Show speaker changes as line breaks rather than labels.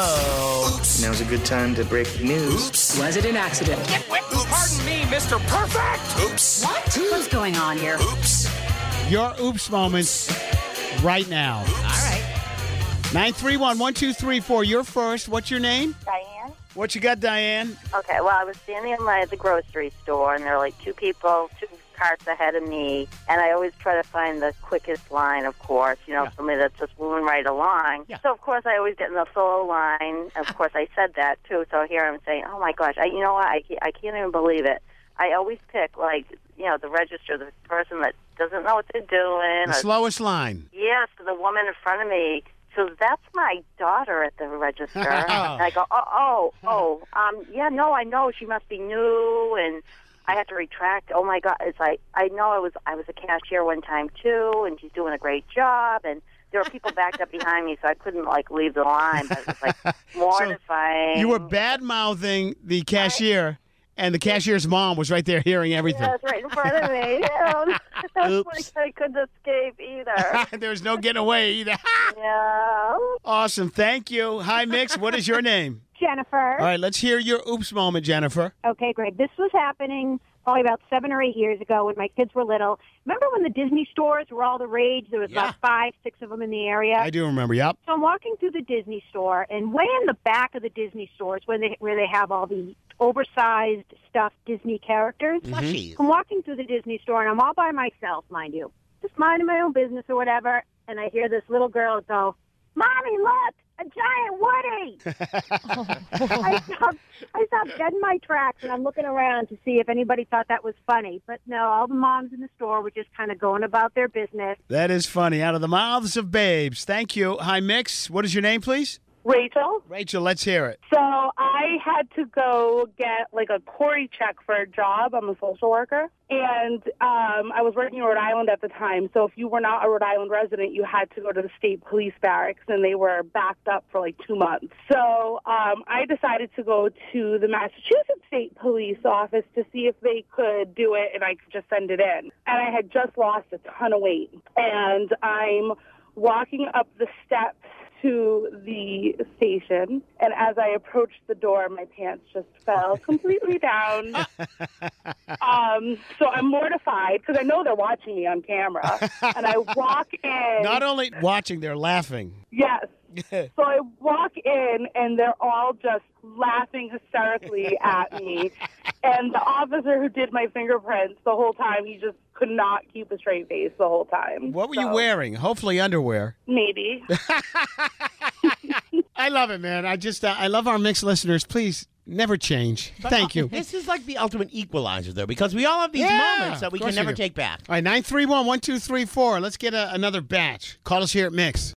oh.
Now's a good time to break the news.
Oops.
Was it an accident?
Oops.
Pardon me, Mr. Perfect.
Oops.
What? What's going on here?
Oops.
Your oops moments right now.
All right.
931 1234. You're first. What's your name?
Diane?
What you got, Diane?
Okay, well, I was standing in line at the grocery store, and there were like two people, two carts ahead of me, and I always try to find the quickest line, of course, you know,
Yeah.
somebody that's just moving right along.
Yeah. Ah.
So, of course, I always get in the solo line. Of course, I said that, too, so here I'm saying, oh, my gosh, I, you know what, I, ca- I can't even believe it. I always pick, like, you know, the register, the person that doesn't know what they're doing.
The
or-
slowest line.
Yes, the woman in front of me. So that's my daughter at the register. and I go, oh, oh, oh, um, yeah, no, I know she must be new, and I have to retract. Oh my God, it's like I know I was I was a cashier one time too, and she's doing a great job, and there were people backed up behind me, so I couldn't like leave the line. But it was like mortifying.
You were bad mouthing the cashier, and the cashier's mom was right there hearing everything.
Yes, right in front of me. Yeah, I was
Oops.
like I couldn't escape either.
there was no getting away either.
yeah.
awesome. Thank you. Hi, Mix. What is your name?
Jennifer.
All right, let's hear your oops moment, Jennifer.
Okay, great. This was happening probably about seven or eight years ago when my kids were little. Remember when the Disney stores were all the rage? There was
Yeah.
about five, six of them in the area.
I do remember. Yep.
So I'm walking through the Disney store, and way in the back of the Disney stores, where they where they have all the oversized stuffed Disney characters.
Mm-hmm.
Plushies.
I'm walking through the Disney store, and I'm all by myself, mind you, just minding my own business or whatever. And I hear this little girl go, "Mommy, look, a giant Woody!" I stopped, I stopped dead in my tracks, and I'm looking around to see if anybody thought that was funny. But no, all the moms in the store were just kind of going about their business.
That is funny. Out of the mouths of babes. Thank you. Hi, Mix. What is your name, please?
Rachel.
Rachel, let's hear it.
So I had to go get like a Corey check for a job. I'm a social worker, and um, I was working in Rhode Island at the time. So if you were not a Rhode Island resident, you had to go to the state police barracks, and they were backed up for like two months. So um, I decided to go to the Massachusetts State Police office to see if they could do it, and I could just send it in. And I had just lost a ton of weight, and I'm walking up the steps to the station, and as I approached the door, my pants just fell completely down. Um, so I'm mortified because I know they're watching me on camera, and I walk in.
Not only watching, they're laughing.
yes. So I walk in, and they're all just laughing hysterically at me. And the officer who did my fingerprints the whole time, he just could not keep a straight face the whole time.
What were you
So,
wearing? Hopefully underwear.
Maybe.
I love it, man. I just uh, I love our mixed listeners. Please never change. Thank you.
This is like the ultimate equalizer, though, because we all have these
Yeah,
moments that we
of course
can
we
never
do.
take back.
All right, 931 1234. Let's get a, another uh, batch. Call us here at Mix.